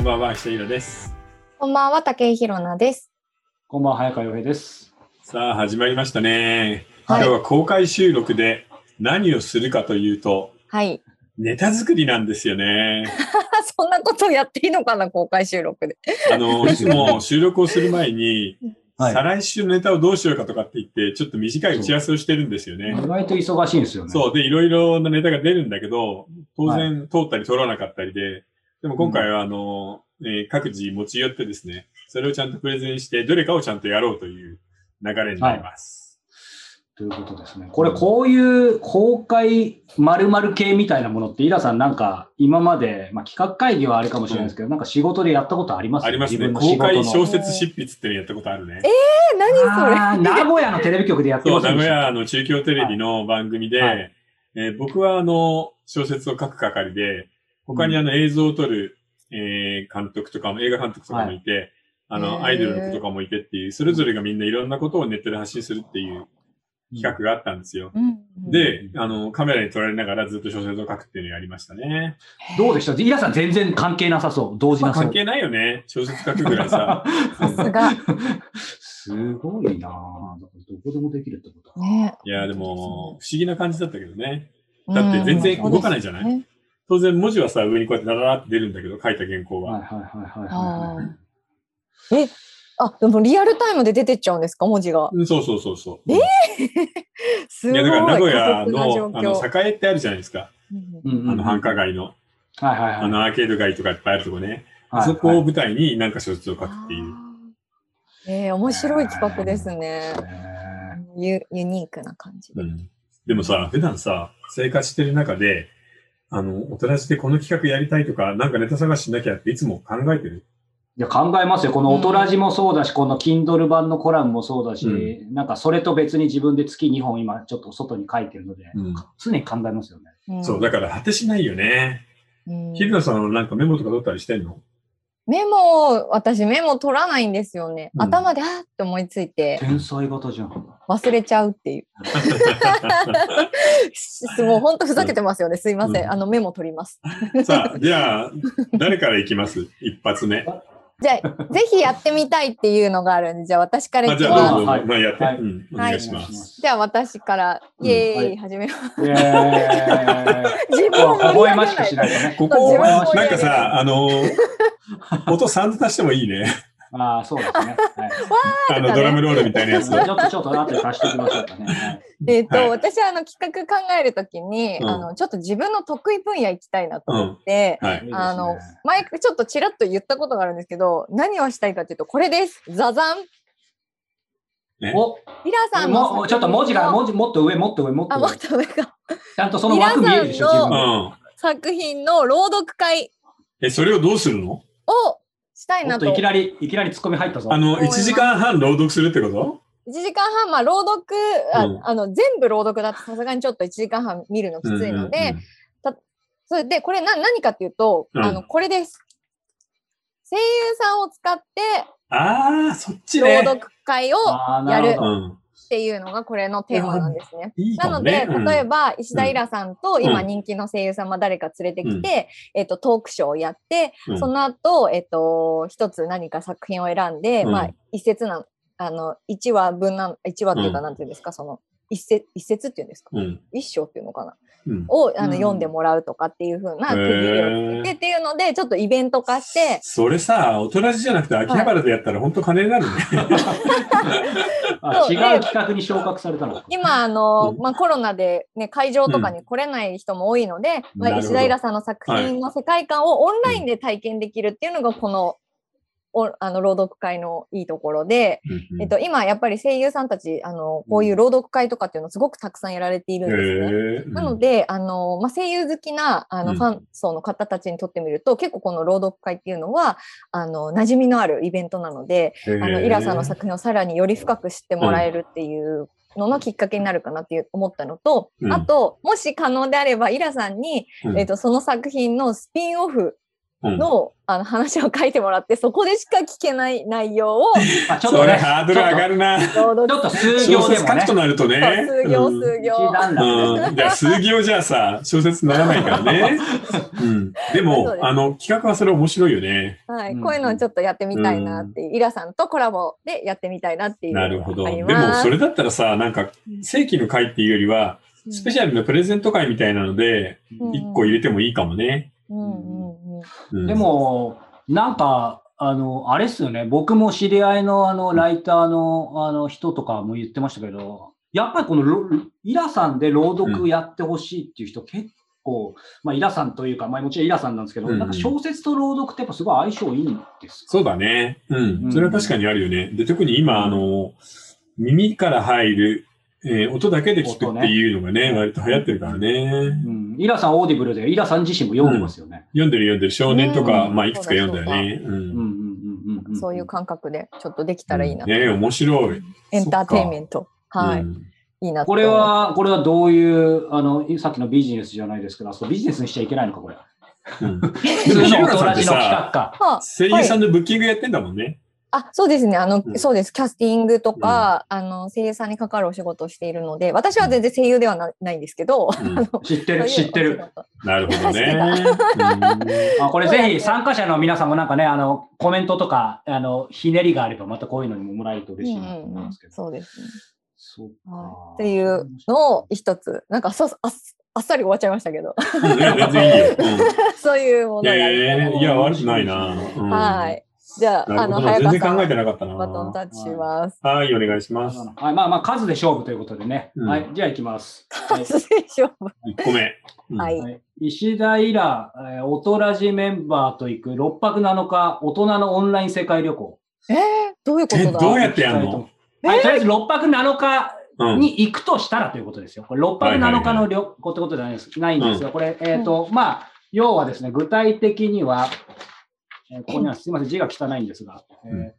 んばんは、ひとひろです。こんばんは、竹井ひろなです。こんばんは、早川洋平です。さあ、始まりましたね。今はい日は公開収録で何をするかというと、はい。 ネタ作りなんですよね。そんなことやっていいのかな、公開収録で。あ の、いつも収録をする前に、は再い。来週のネタをどうしようかとかって言って、ちょっと短い打ち合わせをしてるんですよね。意外と忙しいんですよね。そう。で、いろいろなネタが出るんだけど、当然、通ったり通らなかったりで、でも今回は、あの、えー各自持ち寄ってですね、それをちゃんとプレゼンして、どれかをちゃんとやろうという流れになります。ということですね。これ、こういう公開〇〇系みたいなものって、イラさんなんか今まで、まあ、企画会議はあれかもしれないですけど、なんか仕事でやったことありますあります自ね。分の仕公事の開小説執筆っていうのやったことあるね。え、何あー名古屋のテレビ局でやってそまう、す名古屋の中京テレビの番組で、はいえー僕はあの、小説を書く係で、他にあの映像を撮る、えー監督とかも、映画監督とかもいて、あへの、ーアイドルの子とかもいてっていう、それぞれがみんないろんなことをネットで発信するっていう企画があったんですよ。それ。うんで、あの、カメラに撮られながらずっと小説を書くっていうのをやりましたね。どうでしたイラさん全然関係なさそう。同時なそう関。係ないよね。小説書くぐらいさ。 さすが。すごいなぁ。だからどこでもできるってことだね。いや、でも、不思議な感じだったけどね。うんだって全然動かないじゃないそうですよね当然文字はさ、上にこうやってダラダラって出るんだけど、書いた原稿は。はいはいはいはいはい。あ、でもリアルタイムで出てっちゃうんですか、文字が。うんそうそうそうそう。えすごいや、い。だから名古屋過酷の、あなの、状況栄ってあるじゃないですか。うんうんうんあの、繁華街の、はいはいはい。あの、アーケード街とかいっぱいあるとこね。はいそこを舞台になんか小説を書くっていう。あーえー面白い企画ですね。ねユユニークな感じで。うんでもさ、普段さ、生活してる中で、あの、おとらじでこの企画やりたいとか、なんかネタ探ししなきゃっていつも考えてる。いや考えますよ。このうんオトラジもそうだし、この Kindle 版のコラムもそうだし、うなんかそれと別に自分で月2本今ちょっと外に書いてるので、うん常に考えますよね。そう、だから果てしないよね。うん日比野さんはなんかメモとか取ったりしてんのメモ、私メモ取らないんですよね。うん頭であーって思いついて天才型じゃん。忘れちゃうっていう。すもう本当ふざけてますよね。すいません。うんあのメモ取ります。さあ、じゃあ、誰からいきます一発目。じゃあ、ぜひやってみたいっていうのがあるんで、じゃあ私からあいきじゃあどまうす。ぞ、はいまあやって、はいうん、おは願いいします。じゃあ私から、イエーイ、うん始めます。イェーイ自分をもう盛り上微笑げましくないし。ないと ね。こそうこ、自分なを盛り上んげるかさ、あのー、 音3で足してもいいね。ああ、そうですね。はいあの、ドラムロールみたいなやつち。ょっとちょっと後で足しておきましょうかね。はいえっと、はい私はあの企画考えるときに、うんあの、ちょっと自分の得意分野行きたいなとう思んっ。て、はい。あの前ちょっとちらっと言ったことがあるんですけど、何をしたいかっていうと、これです。ザザン。おイラさんの作も品うちょっと文字がの文字もっと上もっと上もっあ、とも上っと上が。ちゃんとその枠見えるでしょ皆さん自うの分ん。作品の朗読会え、それをどうするのをしたいで。おなっと。といき1なりいきなり突っ込み入ったぞあ。の、思い1ます時間半朗読するってこと時間半、まあ、朗読、あうんあの、全部朗読だとさすがにちょっと1時間半見るのきついので、うんうんうんそれで、これな何かっていうと、うんあの、これです。声優さんを使ってああ、そっち朗ね。読会をっあーなるうほどん。ていうのがこれのテーマなんですね。いいかなものねで、。例えば、ば、石田イラさんと今うん人気の声優さんは誰か連れてきて、えっと、トークショーをやって、うんその後、えっと、一つ何か作品を選んで、うんまあ、一節な、あの、一話分な、一話っていううか、んなんていうんですか、その、一節、一節っていうんですか、うん。一章っていうのかな、うん。をあの、うん読んでもらうとかっていう風なへ区切りをーでっていうので、ちょっとイベント化して、それさ、大人じゃなくて秋葉原でやったら本当金になるね。あそう違でう企画に昇格されたのか。今、あの、うんまあ、コロナで、ね、会場とかに来れない人も多いので、まなるほあ、ど石田イラさんの作品の世界観をオンラインで体験できるっていうのが、この、おあの朗読会のいいところで、うんうんえっと、今やっぱり声優さんたちあのこういう朗読会とかっていうのをすごくたくさんやられているんですね。へえなの、であの、まあ、声優好きなあうのんファン層の方たちにとってみると、結構この朗読会っていうのはあの馴染みのあるイベントなので、うんあのイラさんの作品をさらにより深く知ってもらえるっていうののきっかけになるかなっていう思ったのと、うんあともし可能であればイラさんに、うんえっとその作品のスピンオフうんの,、あの話を書いてもらって、そこでしか聞けない内容を、あちょっそとれね、ハードル上がるな。朗読ちょっと数小行説で書もねくと、なるとね。数行うん数行。一段落ねうん、いや数行じゃあさ小説にならないから ね、うん、でそうもですあの企画はそれ面白いよねはい、うんこういうのをちょっとやってみたいなっていう、イラさんとコラボでやってみたいなっていうのがなるほどありでますもそれだったらさなんか正規の会っていうよりはスペシャルなプレゼント会みたいなのでうん1個入れてもいいかもね、うんうんうんうんでも、なんか、あの、あれっすよね。僕も知り合いの、あの、ライターの、あの、人とかも言ってましたけど、やっぱりこのロ、イラさんで朗読やってほしいっていう人結構、まあ、イラさんというか、まあ、もちろんイラさんなんですけど、うんうんなんか小説と朗読ってやっぱすごい相性いいんですかそうだね。う。うんんそれは確かにあるよね。で、特に今、あの、耳から入る、えー音だけで聞くっていうのがね、音ね割と流行ってるからね。うん。イラさんオーディブルで、イラさん自身も読んでますよね。読んでる読んでる少年とか、うんまあ、いくつか読んだよね。ううん、うんん。、うんうんうん。そういう感覚でちょっとできたらいいな、ね面白い。エンターテインメントはい、うんいいなとこれは、これはどういう、あの、さっきのビジネスじゃないですけど、あそうビジネスにしちゃいけないのか、これ。うん普通の大人じの企画か。はあ声優さんのブッキングやってんだもんね。 あそうですねあの、うんそうですキャスティングとか、あの声優さんに関わるお仕事をしているので私は全然声優ではなないんですけど、うん知ってそういうおる、知仕事ってる。なるほどね。あこれそうだぜねひ参加者の皆さんもなんかね、あの、コメントとか、あの、ひねりがあれば、またこういうのにももらえると嬉しいなと思いますけど。そうですね、そうはかい、っていうのを一つなんかそうあっあっさり終わっちゃいましたけどう んうんいや全然いいよ。そういうもうのん、いがあやりいやいやいや、悪くないな。うんはい。じゃあ、なあるの、ほど。早全川然さん、考えてバなかったな。トンタッチします。はい、お願いします。はい、まあまあ、数で勝負ということでね。うんはい、じゃあ行きます。は失礼しま1個目。うん はいいはい石田イラ、えー、おとらじメンバーと行く6泊7日、大人のオンライン世界旅行。す。えー、どういうこえ、とだどうやってやるのはい、とりあえず6泊7日うん。に行くとしたらということですよ。これ6泊7日の旅行ってことじゃないですないんですよ。これ、えっ、と、まあ、要はですね、具体的には、えーここにはすいません、字が汚いんですが、えーうん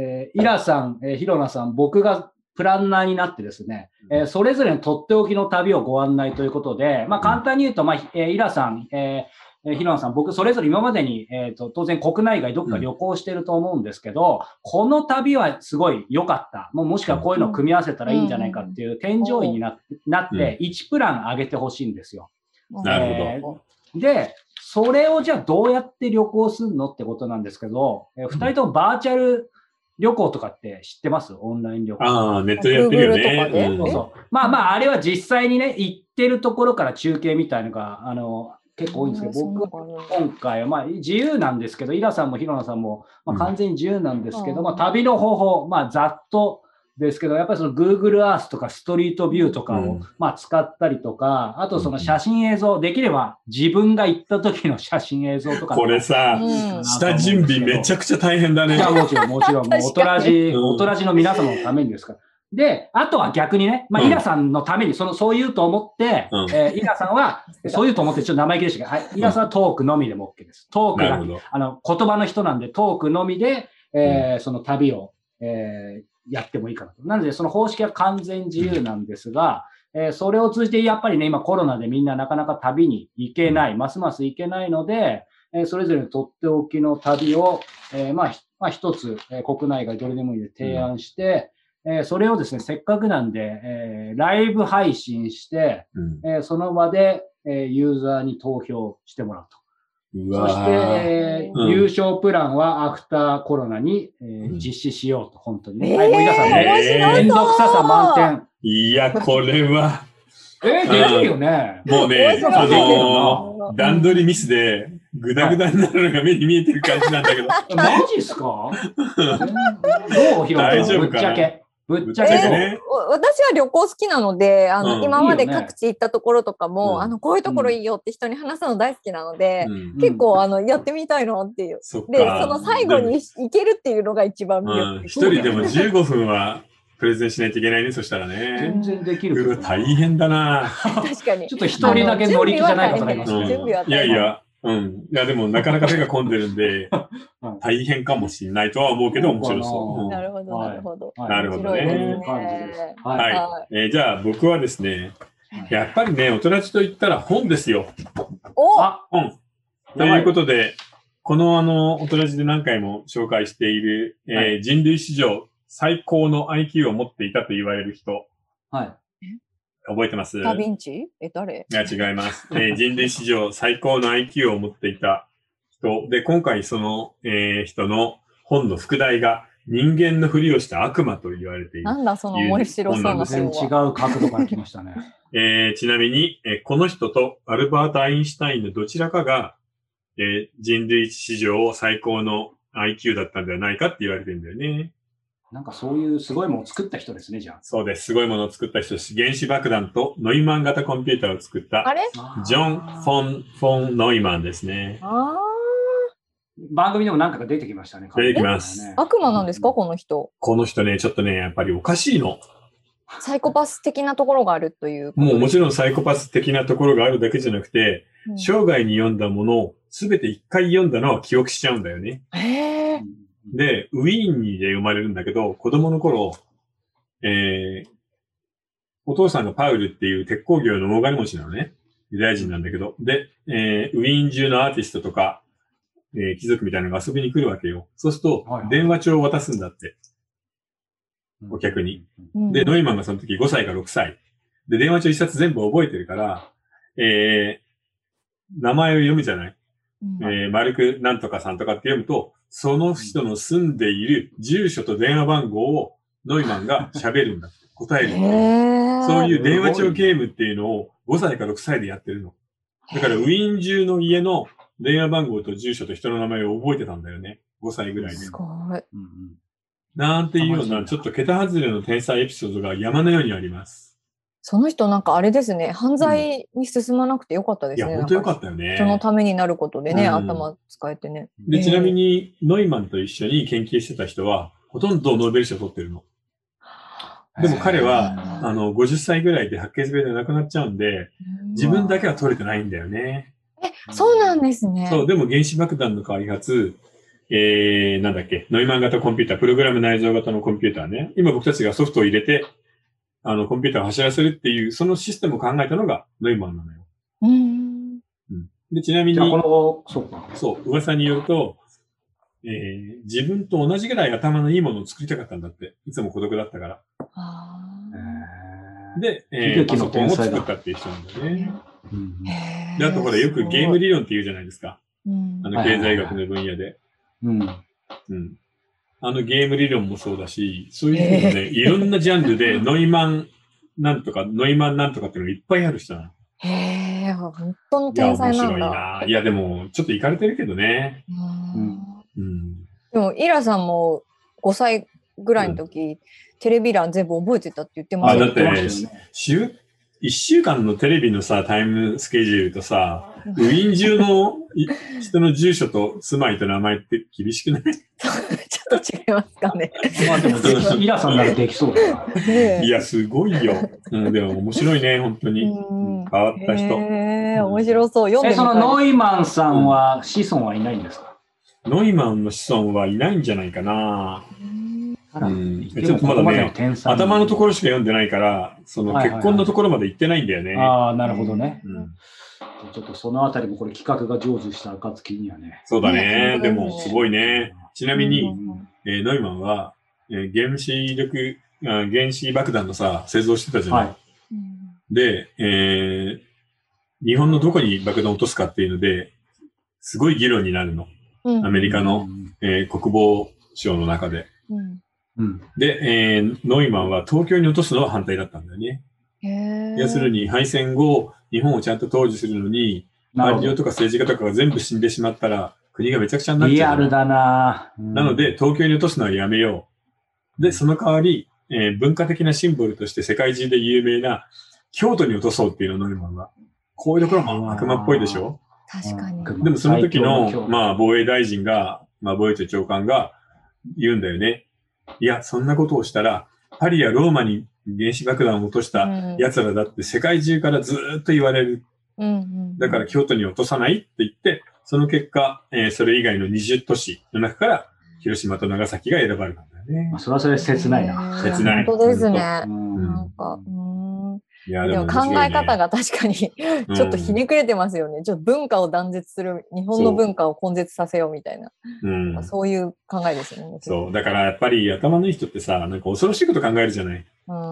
えーイラさん、えーヒロナさん、僕がプランナーになってですね、えーそれぞれのとっておきの旅をご案内ということで、まあ、簡単に言うと、まあひえーイラさん、えーえーヒロナさん、僕、それぞれ今までに、えー、と当然国内外どこか旅行してると思うんですけど、この旅はすごい良かった。もうもしくはこういうのを組み合わせたらいいんじゃないかっていう添乗員になって、なって1プラン上げてほしいんですよ。なるほどえーで、それをじゃあどうやって旅行するのってことなんですけど、えー、2人ともバーチャル旅行とかって知ってますオンライン旅行。ああ、ネットでやってるよ Google とかでね。そううんそうまあまあ、あれは実際にね、行ってるところから中継みたいのが、あの、結構多いんですけど、僕は今回は、まあ、自由なんですけど、イラさんもヒロナさんも、まうあ、ん完全に自由なんですけど、うんまあ、旅の方法、まあ、ざっとですけど、やっぱりその Google Earth とかストリートビューとかを、うんまあ、使ったりとか、あとその写真映像、できれば自分が行った時の写真映像とか。これさ、うん下準備めちゃくちゃ大変だいね。やもちろん、もちろん、もう、おとらじ、うんおとらじの皆様のためにですから。で、あとは逆にね、まあ、うんイラさんのために、その、そう言うと思って、うんえーイラさんは、そう言うと思って、ちょっと生意気でしたけど、はい、イラさんはトークのみでも OK です。トークなるだほけ、ど。あの、言葉の人なんで、トークのみで、えーその旅を、えーやってもいいかなと。なので、その方式は完全自由なんですが、えーそれを通じて、やっぱりね、今コロナでみんななかなか旅に行けない、ますます行けないので、えーそれぞれのとっておきの旅を、えーまあ、ひまあ、一つ、えー国内外どれでもいいので提案して、えーそれをですね、せっかくなんで、えーライブ配信して、うんえーその場で、えーユーザーに投票してもらうと。うそしわて、ーえーうん優勝プランはアフターコロナに、えーうん実施しようと、本当にえね。ーはい、もう皆さんえね、ー連続ささ満いや、これは、点。えー、できるよね。もうね、面あ白いけのどなー段取りミスで、ぐだぐだになるのが目に見えてる感じなんだ けど、マジっすかどうひろ大丈君、夫ぶかっちなゃけ。ぶっちちゃゃけけどう。ね。お私は旅行好きなので、あの、うん今までいいよね各地行ったところとかも、うんあの、こういうところいいよって人に話すの大好きなので、うん結構、あの、やってみたいなっていう。そっか。で、その最後でもに行けるっていうのが一番魅うん力。一人でも15分はプレゼンしないといけないね、そしたらね。全然できうるわ、けど。大変だな。確かにちょ。っと一人だけ乗り気じゃない方がいますう準んね。備は大変いやいや、うん。いや、でもなかなか手が込んでるんでうん、大変かもしれないとは思うけど、面白そううんな。るほど、はいなるほど。はいなるほどねそういう感じですはいはいはえーじゃあ僕はですねはい、やっぱりね、大人ちと言ったら本ですよ。おあ、本。ということで、このあの、おとらじで何回も紹介している、えーは人類史上最高の IQ を持っていたと言われる人、はい。覚えてますダヴィンチえ、誰いや、違います。えー人類史上最高の IQ を持っていた人。で、今回その、えー人の本の副題が、人間のふりをした悪魔と言われているな。んだその面白そうな全然本違うは。角度から来ましたね。えーちなみに、えーこの人とアルバート・アインシュタインのどちらかが、えー人類史上最高の IQ だったんではないかって言われてるんだよね。なんかそういうすごいものを作った人ですね、じゃそうです。すごいものを作った人、原子爆弾とノイマン型コンピューターを作ったあ、れあ。ジョン・フォン・フォン・ノイマンですね。あ番組でも何回か出てきましたね。出てきますあ。悪魔なんですかこの人。この人ね、ちょっとね、やっぱりおかしいの。サイコパス的なところがあるという。もうもちろんサイコパス的なところがあるだけじゃなくて、うん生涯に読んだものを全て一回読んだのは記憶しちゃうんだよね。へえ。で、ウィーンにで生まれるんだけど、子供の頃、えー、お父さんがパウルっていう鉄工業の大金持ちなのね。ユダヤ人なんだけど。で、えーウィーン中のアーティストとか、えー貴族みたいなのが遊びに来るわけよ。そうするとはいは、い電話帳を渡すんだって。うんお客に。うんで、ノイマンがその時5歳か6歳。で、電話帳一冊全部覚えてるから、えー、名前を読むじゃないうんえー、丸くなんとかさんとかって読むと、その人の住んでいる住所と電話番号をノイマンが喋るんだ。答えるんだ。へえ。そういう電話帳ゲームっていうのを5歳か6歳でやってるの。だからウィーン中の家の電話番号と住所と人の名前を覚えてたんだよね。5歳ぐらいで。すごい。うんうんなんていうよう楽しいな、なちょっと桁外れの天才エピソードが山のようにあります。その人なんかあれですね。犯罪に進まなくてよかったでいすや、ね。ほんとよかっったよたね。人のためになることでね、うん頭使えてね。で、ねちなみに、ノイマンと一緒に研究してた人は、ほとんどノーベル賞取ってるの。でも彼は、あの、50歳ぐらいで白血病で亡くなっちゃうんで、自分だけは取れてないんだよね。え、そうなんですね。そう、でも原子爆弾の開発、えー、なんだっけ、ノイマン型コンピューター、プログラム内蔵型のコンピューターね。今僕たちがソフトを入れて、あの、コンピューターを走らせるっていう、そのシステムを考えたのがノイマンなのよ。うん。で、ちなみにじゃあ、この、そうか。そう、噂によると、えー自分と同じぐらい頭のいいものを作りたかったんだって。いつも孤独だったから。あえーで、え悲ー、パ劇ソのコンを天才だ作ったっていう人なんだーね。うんへーで、あとほら、よくゲーム理論って言うじゃないですか。すごいうんあはの、いはい経済はい学の分野で。うんうん。あの、ゲーム理論もそうだし、そういうふうにね、いろんなジャンル で、ノイマンなんとか、ノイマンなんとかっていうのがいっぱいある人なの。へえ、本当のいや、天面才な白んいだ。な。いや、でも、ちょっといかれてるけどね。ううんんうん。でも、イラさんも5歳ぐらいの時、テレビ欄全部覚えてたって言ってまあしだたっよねて言ましたよね週、一週間のテレビのさ、タイムスケジュールとさ、ウィン中のい人の住所と住まいと名前って厳しくない ちょっと違いますか ね。まあでもでき、イラさんならできそうだな。ねえいや、すごい よ。うん、でも面白いね、本当に。うん変わった人。へえ、面白そう。読んえ、でみそたのい。ノイマンさんは、子孫はいないんですかノイマンの子孫はいないんじゃないかな。あらうんでもここまでの天才頭のところしか読んでないから、そのはいはいはい結婚のところまで行ってないんだよね。ああ、なるほどね。うんちょっとそのあたりもこれ企画が上手した暁にはね。そうだね。ね本当でですねも、すごいね。ちなみうに、んえーノイマンは、えー原子力、あ原子爆弾のさ、製造してたじゃない。はうんで、えー日本のどこに爆弾を落とすかっていうので、すごい議論になるの。うんアメリい。カの、えー国防省の中で。うんうん。で、えーノイマンは東京に落とすのは反対だったんだよね。へえ要するに敗戦後、日本をちゃんと統治するのに、なる官ほ僚ど。とか政治家とかが全部死んでしまったら、国がめちゃくちゃになっちリゃアうルの。だな。うんなので、、東京に落とすのはやめよう。で、その代わり、えー文化的なシンボルとして世界中で有名な京都に落とそうっていうの、ノイマンは。こういうところも悪魔っぽいでしょ確かに。うんでもその時最強の、のまあ、防衛大臣が、まあ、防衛庁長官が言うんだよね。いや、そんなことをしたら、パリやローマに原子爆弾を落としたうん奴らだって世界中からずーっと言われる。うんうんだから京都に落とさないって言って、その結果、えーそれ以外の20都市の中から、広島と長崎が選ばれたんだよねまあ、。それはそれ切ないへな。ー切ない本当ですね。うなんんか、うーん。いやでも考え方が確かに ちがょっとひねくれてますよね。ちょっと文化を断絶する、日本の文化を根絶させようみたいな、うんまうんあそういう考えですよね。そう。だからやっぱり頭のいい人ってさ、なんか恐ろしいこと考えるじゃない。うん。い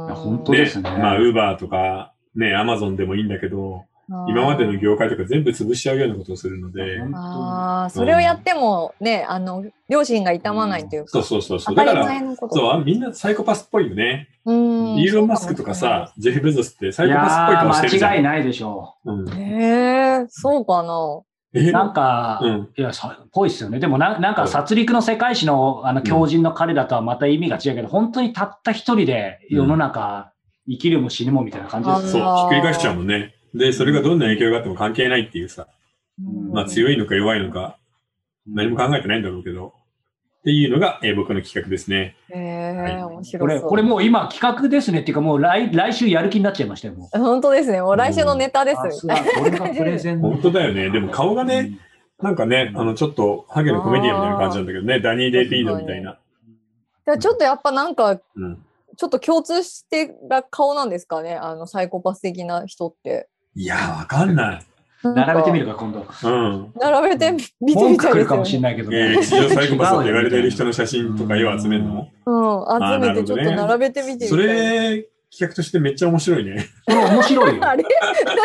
や本当ねですねまあ、ウーバーとか、ね、アマゾンでもいいんだけど、うん今までの業界とか全部潰しちゃうようなことをするので、ああ、それをやってもね、あの、両親が痛まないというか、そうそうそうそ当う。だたかりら、前のこと。そう、あみんなサイコパスっぽいよね。うんイーロン・マスクとかさ、、ジェフ・ベゾスってサイいコやパスっぽい顔してるーじゃん。間違いないでしょうんへえそうかな。えう。なんか、うん。いや、さぽいっすよね。でもな、なんか、殺戮の世界史のあの狂人の彼らとはまた意味が違うけど、本当にたった一人で世の中、生きるも死ぬもみたいな感じですそう、ひっくり返しちゃうもんね。で、それがどんな影響があっても関係ないっていうさ、うんまあ強いのか弱いのか、何も考えてないんだろうけど、っていうのが、えー僕の企画ですね。へえ面白こそう。れ、これもう今企画ですねっていうか、もう来来週やる気になっちゃいましたよ、もう。本当ですね。もう来週のネタです。あそうだこれがプレゼン本当だよねでも顔がね、なんかね、あの、ちょっと、ハゲのコメディアンみたいな感じなんだけどね、ダニー・デイ・ピードみたいな。でもちょっとやっぱなんか、うん。ちょっと共通してた顔なんですかね。あの、サイコパス的な人って。いやー、わかんない。うん並べてみるか。か、今度。うん。並べてみ見て文みた句いで来るすかよもしれね。ないけどえー、ね。歴史上サイコパスだと言われてる人の写真とか絵を集めるのうん、集めてちょっと並べてみてみたい。それ、企画としてめっちゃ面白いね。これ面白 いよ。あれ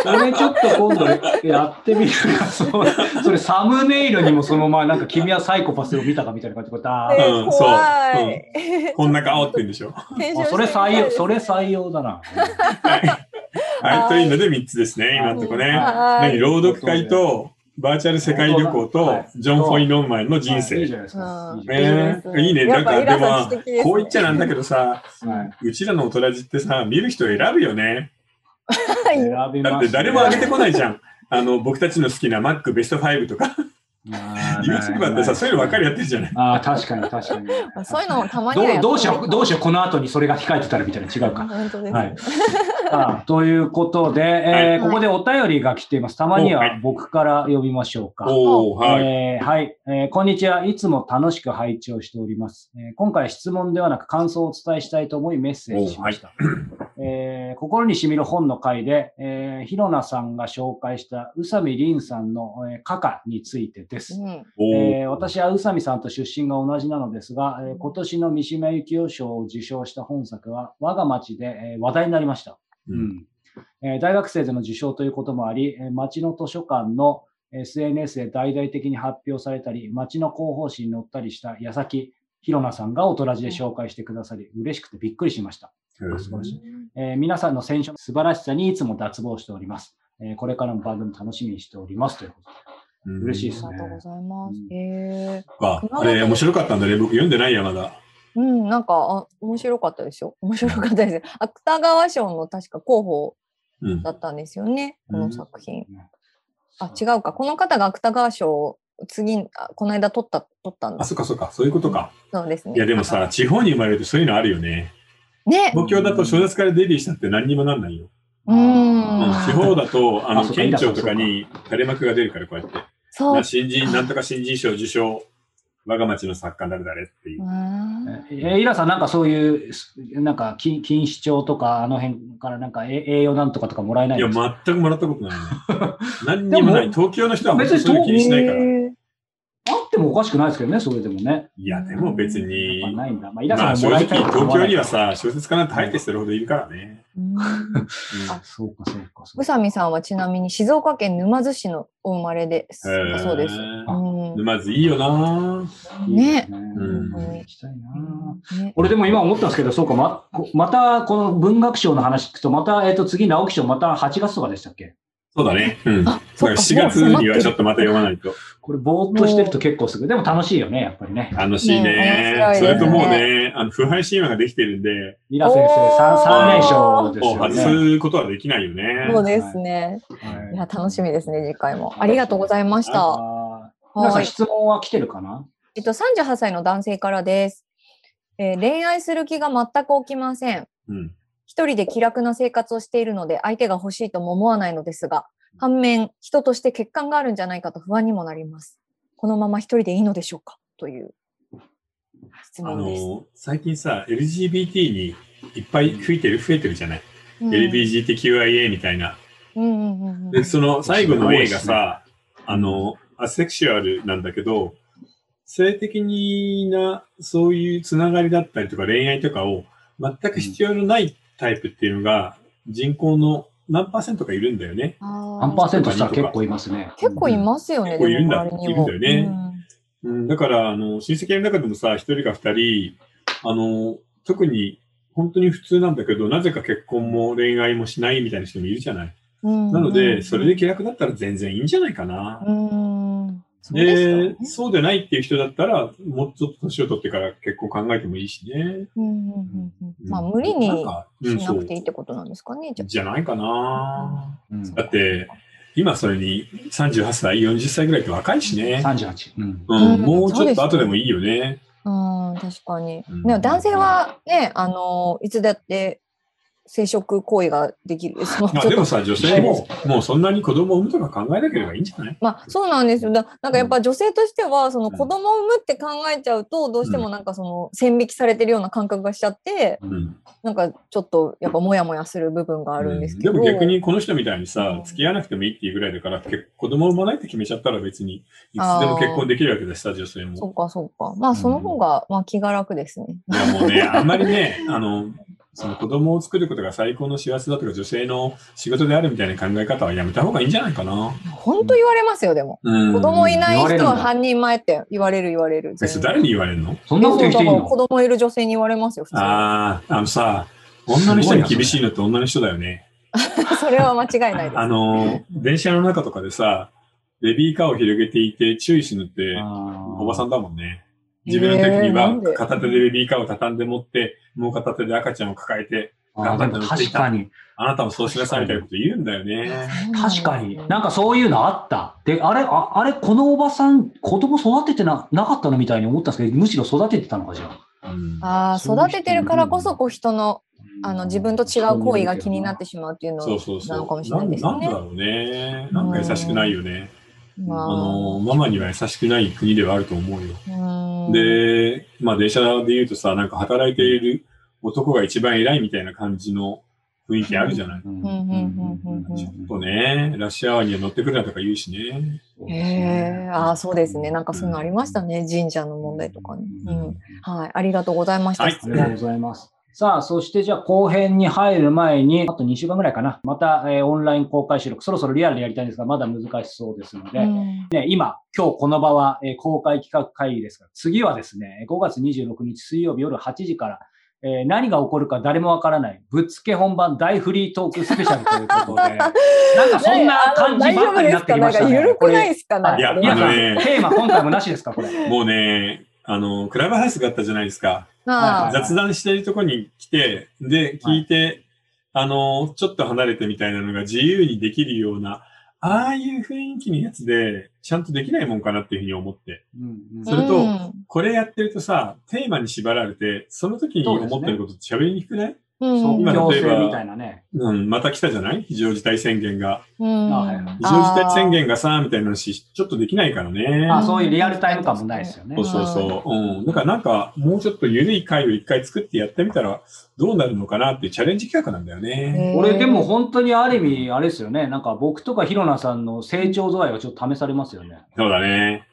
それちょっと今度やってみるか。そうそれサムネイルにもそのまま、なんか君はサイコパスを見たかみたいな感じで、こうダーッえうんー怖い。こんな顔って言うんでしょ。検証あしてそみれたい採で用、すそれ採用だな。はい。というので3つですね、今んとこね。は何い。朗読会と、バーチャル世界旅行はとい、ジョン・フォイ・ノンマンの 人いい生じ。ゃないですか。うんいいじゃないえー、いいいいですねね。なんか、でやっもぱイラさん素敵ですね、こう言っちゃなんだけどさ、ですかはいうちらの大人じってさ、見る人選ぶよね。選びだまっすてね誰も上げてこないじゃん。あの、僕たちの好きな Mac ベスト5とか、あーない YouTuber ってさ、そういうのばっかりやってるじゃない。ああ、確かに確かに。あそういうのもたまにはどうどうしやっよてう、もどうしよう、この後にそれが控えてたらみたいな違うか。本当ですね。はい。ああということで、えはーいここでお便りが来ています。たまにおははい僕から呼びましょうか。おー、はい。えーはい、えーこんにちは。いつも楽しく拝聴しております、えー今回質問ではなく感想をお伝えしたいと思いメッセージしました。えー心にしみる本の回で、えー、ひろなさんが紹介した宇佐美凛さんの、えー、カカについてです。うんおえー私は宇佐美さんと出身が同じなのですが、えー今年の三島由紀夫賞を受賞した本作は、我が町で、えー話題になりました。ううんんえー大学生での受賞ということもあり、えー町の図書館の SNS で大々的に発表されたり、町の広報誌に載ったりした矢先、ひろなさんがおとらじで紹介してくださり、嬉しくてびっくりしました。素晴らしい。えー皆さんの選手の素晴らしさにいつも脱帽しております。えーこれからの番組楽しみにしております。ということでうん嬉しいでありがすねとうございますう。んええああれ、面白かったんだね。僕読んでないや、まだ。うん、なんか、あ面白かったですよ。面白かったですよ。芥川賞の確か候補うん。だったんですよね、こうのん作品。あ、違うか。この方が芥川賞を次、あこの間取った、取ったんあ、だそっかそっか、そういうことか。そうですね。いや、でもさ、地方に生まれるとそういうのあるよね。ね。東京だと小説からデビューしたって何にもなんないよ。ううんん。 地方だと、ああの、そうか県庁とかに垂れ幕が出るから、こうやって。そう。な新人、なんとか新人賞受賞、我が町の作家誰誰っていうう。んえーイラさん、なんかそういう、すなんか金、錦糸町とか、あの辺からなんかえ栄養なんとかとかもらえないいんや、ですか全くもらったことないね。何にもない。でも東京の人は本当別ににそういう気にしないから。いへえあってもおかしくないですけどね、それでもね。や、でも別にやっぱ。ないんだ。まあ、イラまさあん正ももら直、いたい東と思わ京なにいはさ、小説家なんて入ってしてるほどいるからね。ううんんあそうか、そうか。そう宇か佐美さんはちなみに静岡県沼津市のお生まれです。へーそうです。うん沼津いいよなねいいんですね行きたいな。ね俺でも今思ったんですけど、そうか、ま、こまたこの文学賞の話聞くと、また、えっ、と、次、直木賞、また8月とかでしたっけそうだね。うん。だあかそらっか7月にはちょっとまた読まないと。これ、ぼーっとしてると結構すぐ。でも楽しいよね、やっぱりね。楽しいね。ね面白いですねそれともうね、あの、腐敗神話ができてるんで、イラ先生、三三連勝ですもうよ外ね。すことはできないよそねう。ですね。はいいや、楽しみですね、次回も。ありがとうございました。あー皆さはんい。質問は来てるかなえっと、38歳の男性からです。えー恋愛する気が全く起きません。うん。一人で気楽な生活をしているので、相手が欲しいとも思わないのですが、反面、人として欠陥があるんじゃないかと不安にもなります。このまま一人でいいのでしょうかという質あ問です。の、最近さ、LGBT にいっぱい増えてる、増えてるじゃない。うん LBGTQIA みたいな。うんうんうんうんで、その最後の A がさ、うんあの、アセクシュアルなんだけど、性的なそういうつながりだったりとか恋愛とかを全く必要のないタイプっていうのが人口の何パーセントかいるんだよね。あ何パーーセントしたら結構いますね。結構いますよね、結構いるんだでも周りにもいるんだよねうん、だから、あの、親戚の中でもさ、一人か二人、あの、特に本当に普通なんだけど、なぜか結婚も恋愛もしないみたいな人もいるじゃない。うんうんなので、それで気楽だったら全然いいんじゃないかな。うん。そうでですよね。そうでないっていう人だったら、もうちょっと年を取ってから結構考えてもいいしね。うんうんうんうんうんまあ、無理になんかうしんなくていいっそてことなんですかね、じうゃじゃないかな。うんだって、今それに38歳、40歳ぐらいって若いしね。 38。うんうん、うんもうちょっと後でもいいよね。あ。うん、確かに。うんでも男性はね、あの、いつだって生殖行為がで きる。そのまちあょっでともさ、女性も、もうそんなに子供を産むとか考えなければいいんじゃないまあそうなんですよ。だなんかやっぱ女性としてはそのん子供を産むって考えちゃうとどうしてもなんかその線引きされてるような感覚がしちゃってうなんかちょっとやっぱモヤモヤする部分があるんですけど。でも逆にこの人みたいにうさん、付き合わなくてもいいっていうぐらいだから、結子供を産まないって決めちゃったら別に、いつでも結婚できるわけだしさ、女性そも。うかそうか。まあその方がまあ気が楽ですね。いやもうね、 あんまりね、あの、その子供を作ることが最高の幸せだとか、女性の仕事であるみたいな考え方はやめた方がいいんじゃないかな。本当言われますよでも。うん。子供いない言われる人んはだ半人前って言われる言われる。えそれ誰に言われるのそんなこと言う人いるそうだから子の供いる女性に言われますよ普通に。ああ、あのさ、女の人に厳しいのって女の人だよね。 それは間違いないであの、電車の中とかでさ、ベビーカーを広げていて注意しぬって、おおばさん。んだもんね。自分の時にえーなはんで片手でベビーカーを畳んで持って、もう片手で赤ちゃんを抱えて、あーでも確かに。あなたもそうしなさいみたいなこと言うんだよね。す。 確かに。なんかそういうのあった。で、あれ、ああれ、このおばさん、子供育ててななかったのみたいに思ったんですけど、むしろ育ててたのかじゃあ。うんああそういう人育ててるからこそこう人のあの自分と違う行為が気になってししまうっていうのそうそうなのかそもう。しなれないんですねなんだろうね。なんか優しくないよね。あの、まママには優しくない国ではあると思うよ。あ、うん、で、まあ電車で言うとさ、なんか働いている男が一番偉いみたいな感じの雰囲気あるじゃない。ううんうんうんうんちょっとね、ラッシュアワーには乗ってくるなとか言うしね。へえああそうですねなんかそういうのありましたね、神社の問題とかね、ううんんはいありがとうございました、はいありがとうございます。さあ、そしてじゃあ後編に入る前に、あと2週間ぐらいかな。また、えーオンライン公開収録、そろそろリアルでやりたいんですが、まだ難しそうですので、うんね、今、今日この場は、えー公開企画会議ですが、次はですね、5月26日水曜日夜8時から、えー何が起こるか誰もわからない、ぶっつけ本番大フリートークスペシャルという ことで、なんかそんな感じばっかりになってきまし大丈夫ですたかなんかね。緩くないですかこれなんはかいやこれいや皆さん、あのねテーマ今回もなしですか、これ。もうね、あの、クラブハウスがあったじゃないですか。まあはい雑談してるとこに来て、で、聞いて、あの、ちょっと離れてみたいなのが自由にできるような、ああいう雰囲気のやつで、ちゃんとできないもんかなっていうふうに思って。うんそれとうんこれやってるとさ、テーマに縛られて、その時に思ってることって喋りにくくないうんそううん今強例えば制みたいなね。うん、また来たじゃない非常事態宣言が。うんあはいはい非常事態宣言がさ、みたいな話、ちょっとできないからね。あそういうリアルタイム感もないですよねそう。そうそう。うん。だからなんか、もうちょっと緩い回を一回作ってやってみたらどうなるのかなっていうチャレンジ企画なんだよね。へー俺でも本当にある意味、あれですよね。なんか僕とかヒロナさんの成長度合いがちょっと試されますよね。そうだね。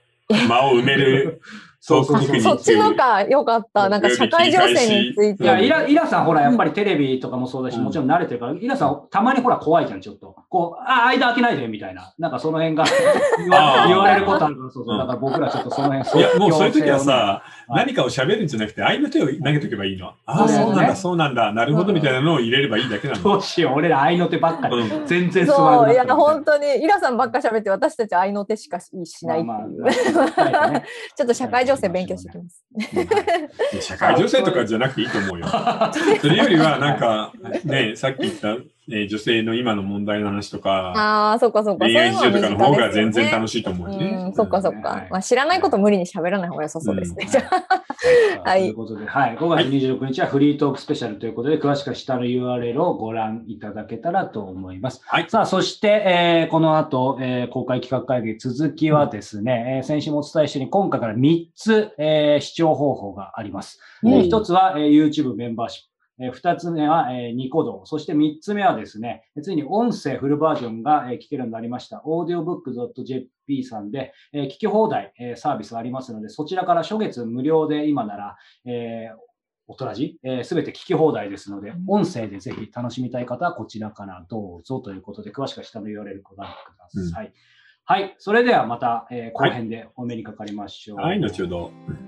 間を埋め る。そうそう そうそっちのかよかったなんか社会情勢についいてや、うんイラ、イラさんほら、やっぱりテレビとかもそうだし、うんもちろん慣れてるから、イラさん、たまにほら、怖いじゃん、ちょっと。こう、あ、間開けないで、みたいな。なんかその辺 が言わあー言われることあるから、そうそうう。んだから僕らちょっとその辺、いや、もうそういう時は強さ、何かを喋るんじゃなくて、相の手を投げとけばいいの。ああ、そうだよそうなんだ、そねうなんだ、なるほどみたいなのを入れればいいだけな制をね、の。どうしよう、俺ら愛の手ばっかり。うん全然座らなそういかやった本当にイラさんばっか喋って私たち愛の手しかししないっていう、まあまあまあねちょっと社会情勢勉強してきます。 社会情勢とかじゃなくていいと思うよ。それよりは、なんか、ね、さっき言った、えー女性の今の問題の話とか、ああ、そっかそっか。恋愛事情とかの方が全然楽ししいと思うよね。うん、そっかそっはかい。まあ知らないこと無理に喋らない方が良さそうですね。じゃあははいい。ということで、はい。5月26日はフリートークスペシャルということで、詳しくは下の URL をご覧いただけたらと思います。はいさあ、そして、えーこの後、えー公開企画会議続きはですね、えー先週もお伝えしたように、今回から3つ、えー視聴方法があります。うん1つは、えー YouTube メンバーシップ。えー二つ目は、えーニコ動。そして三つ目はですね、えーついに音声フルバージョンが、えー聞けるようになりました。audiobook.jp さんで、えー聞き放題、えーサービスがありますので、そちらから初月無料で今なら、えーおとらじ、えすべて聞き放題ですので、音声でぜひ楽しみたい方はこちらからどうぞということで、詳しくは下の URL ご覧ください。はい。それではまた、えー後編でお目にかかりましょう。はい、後ほど。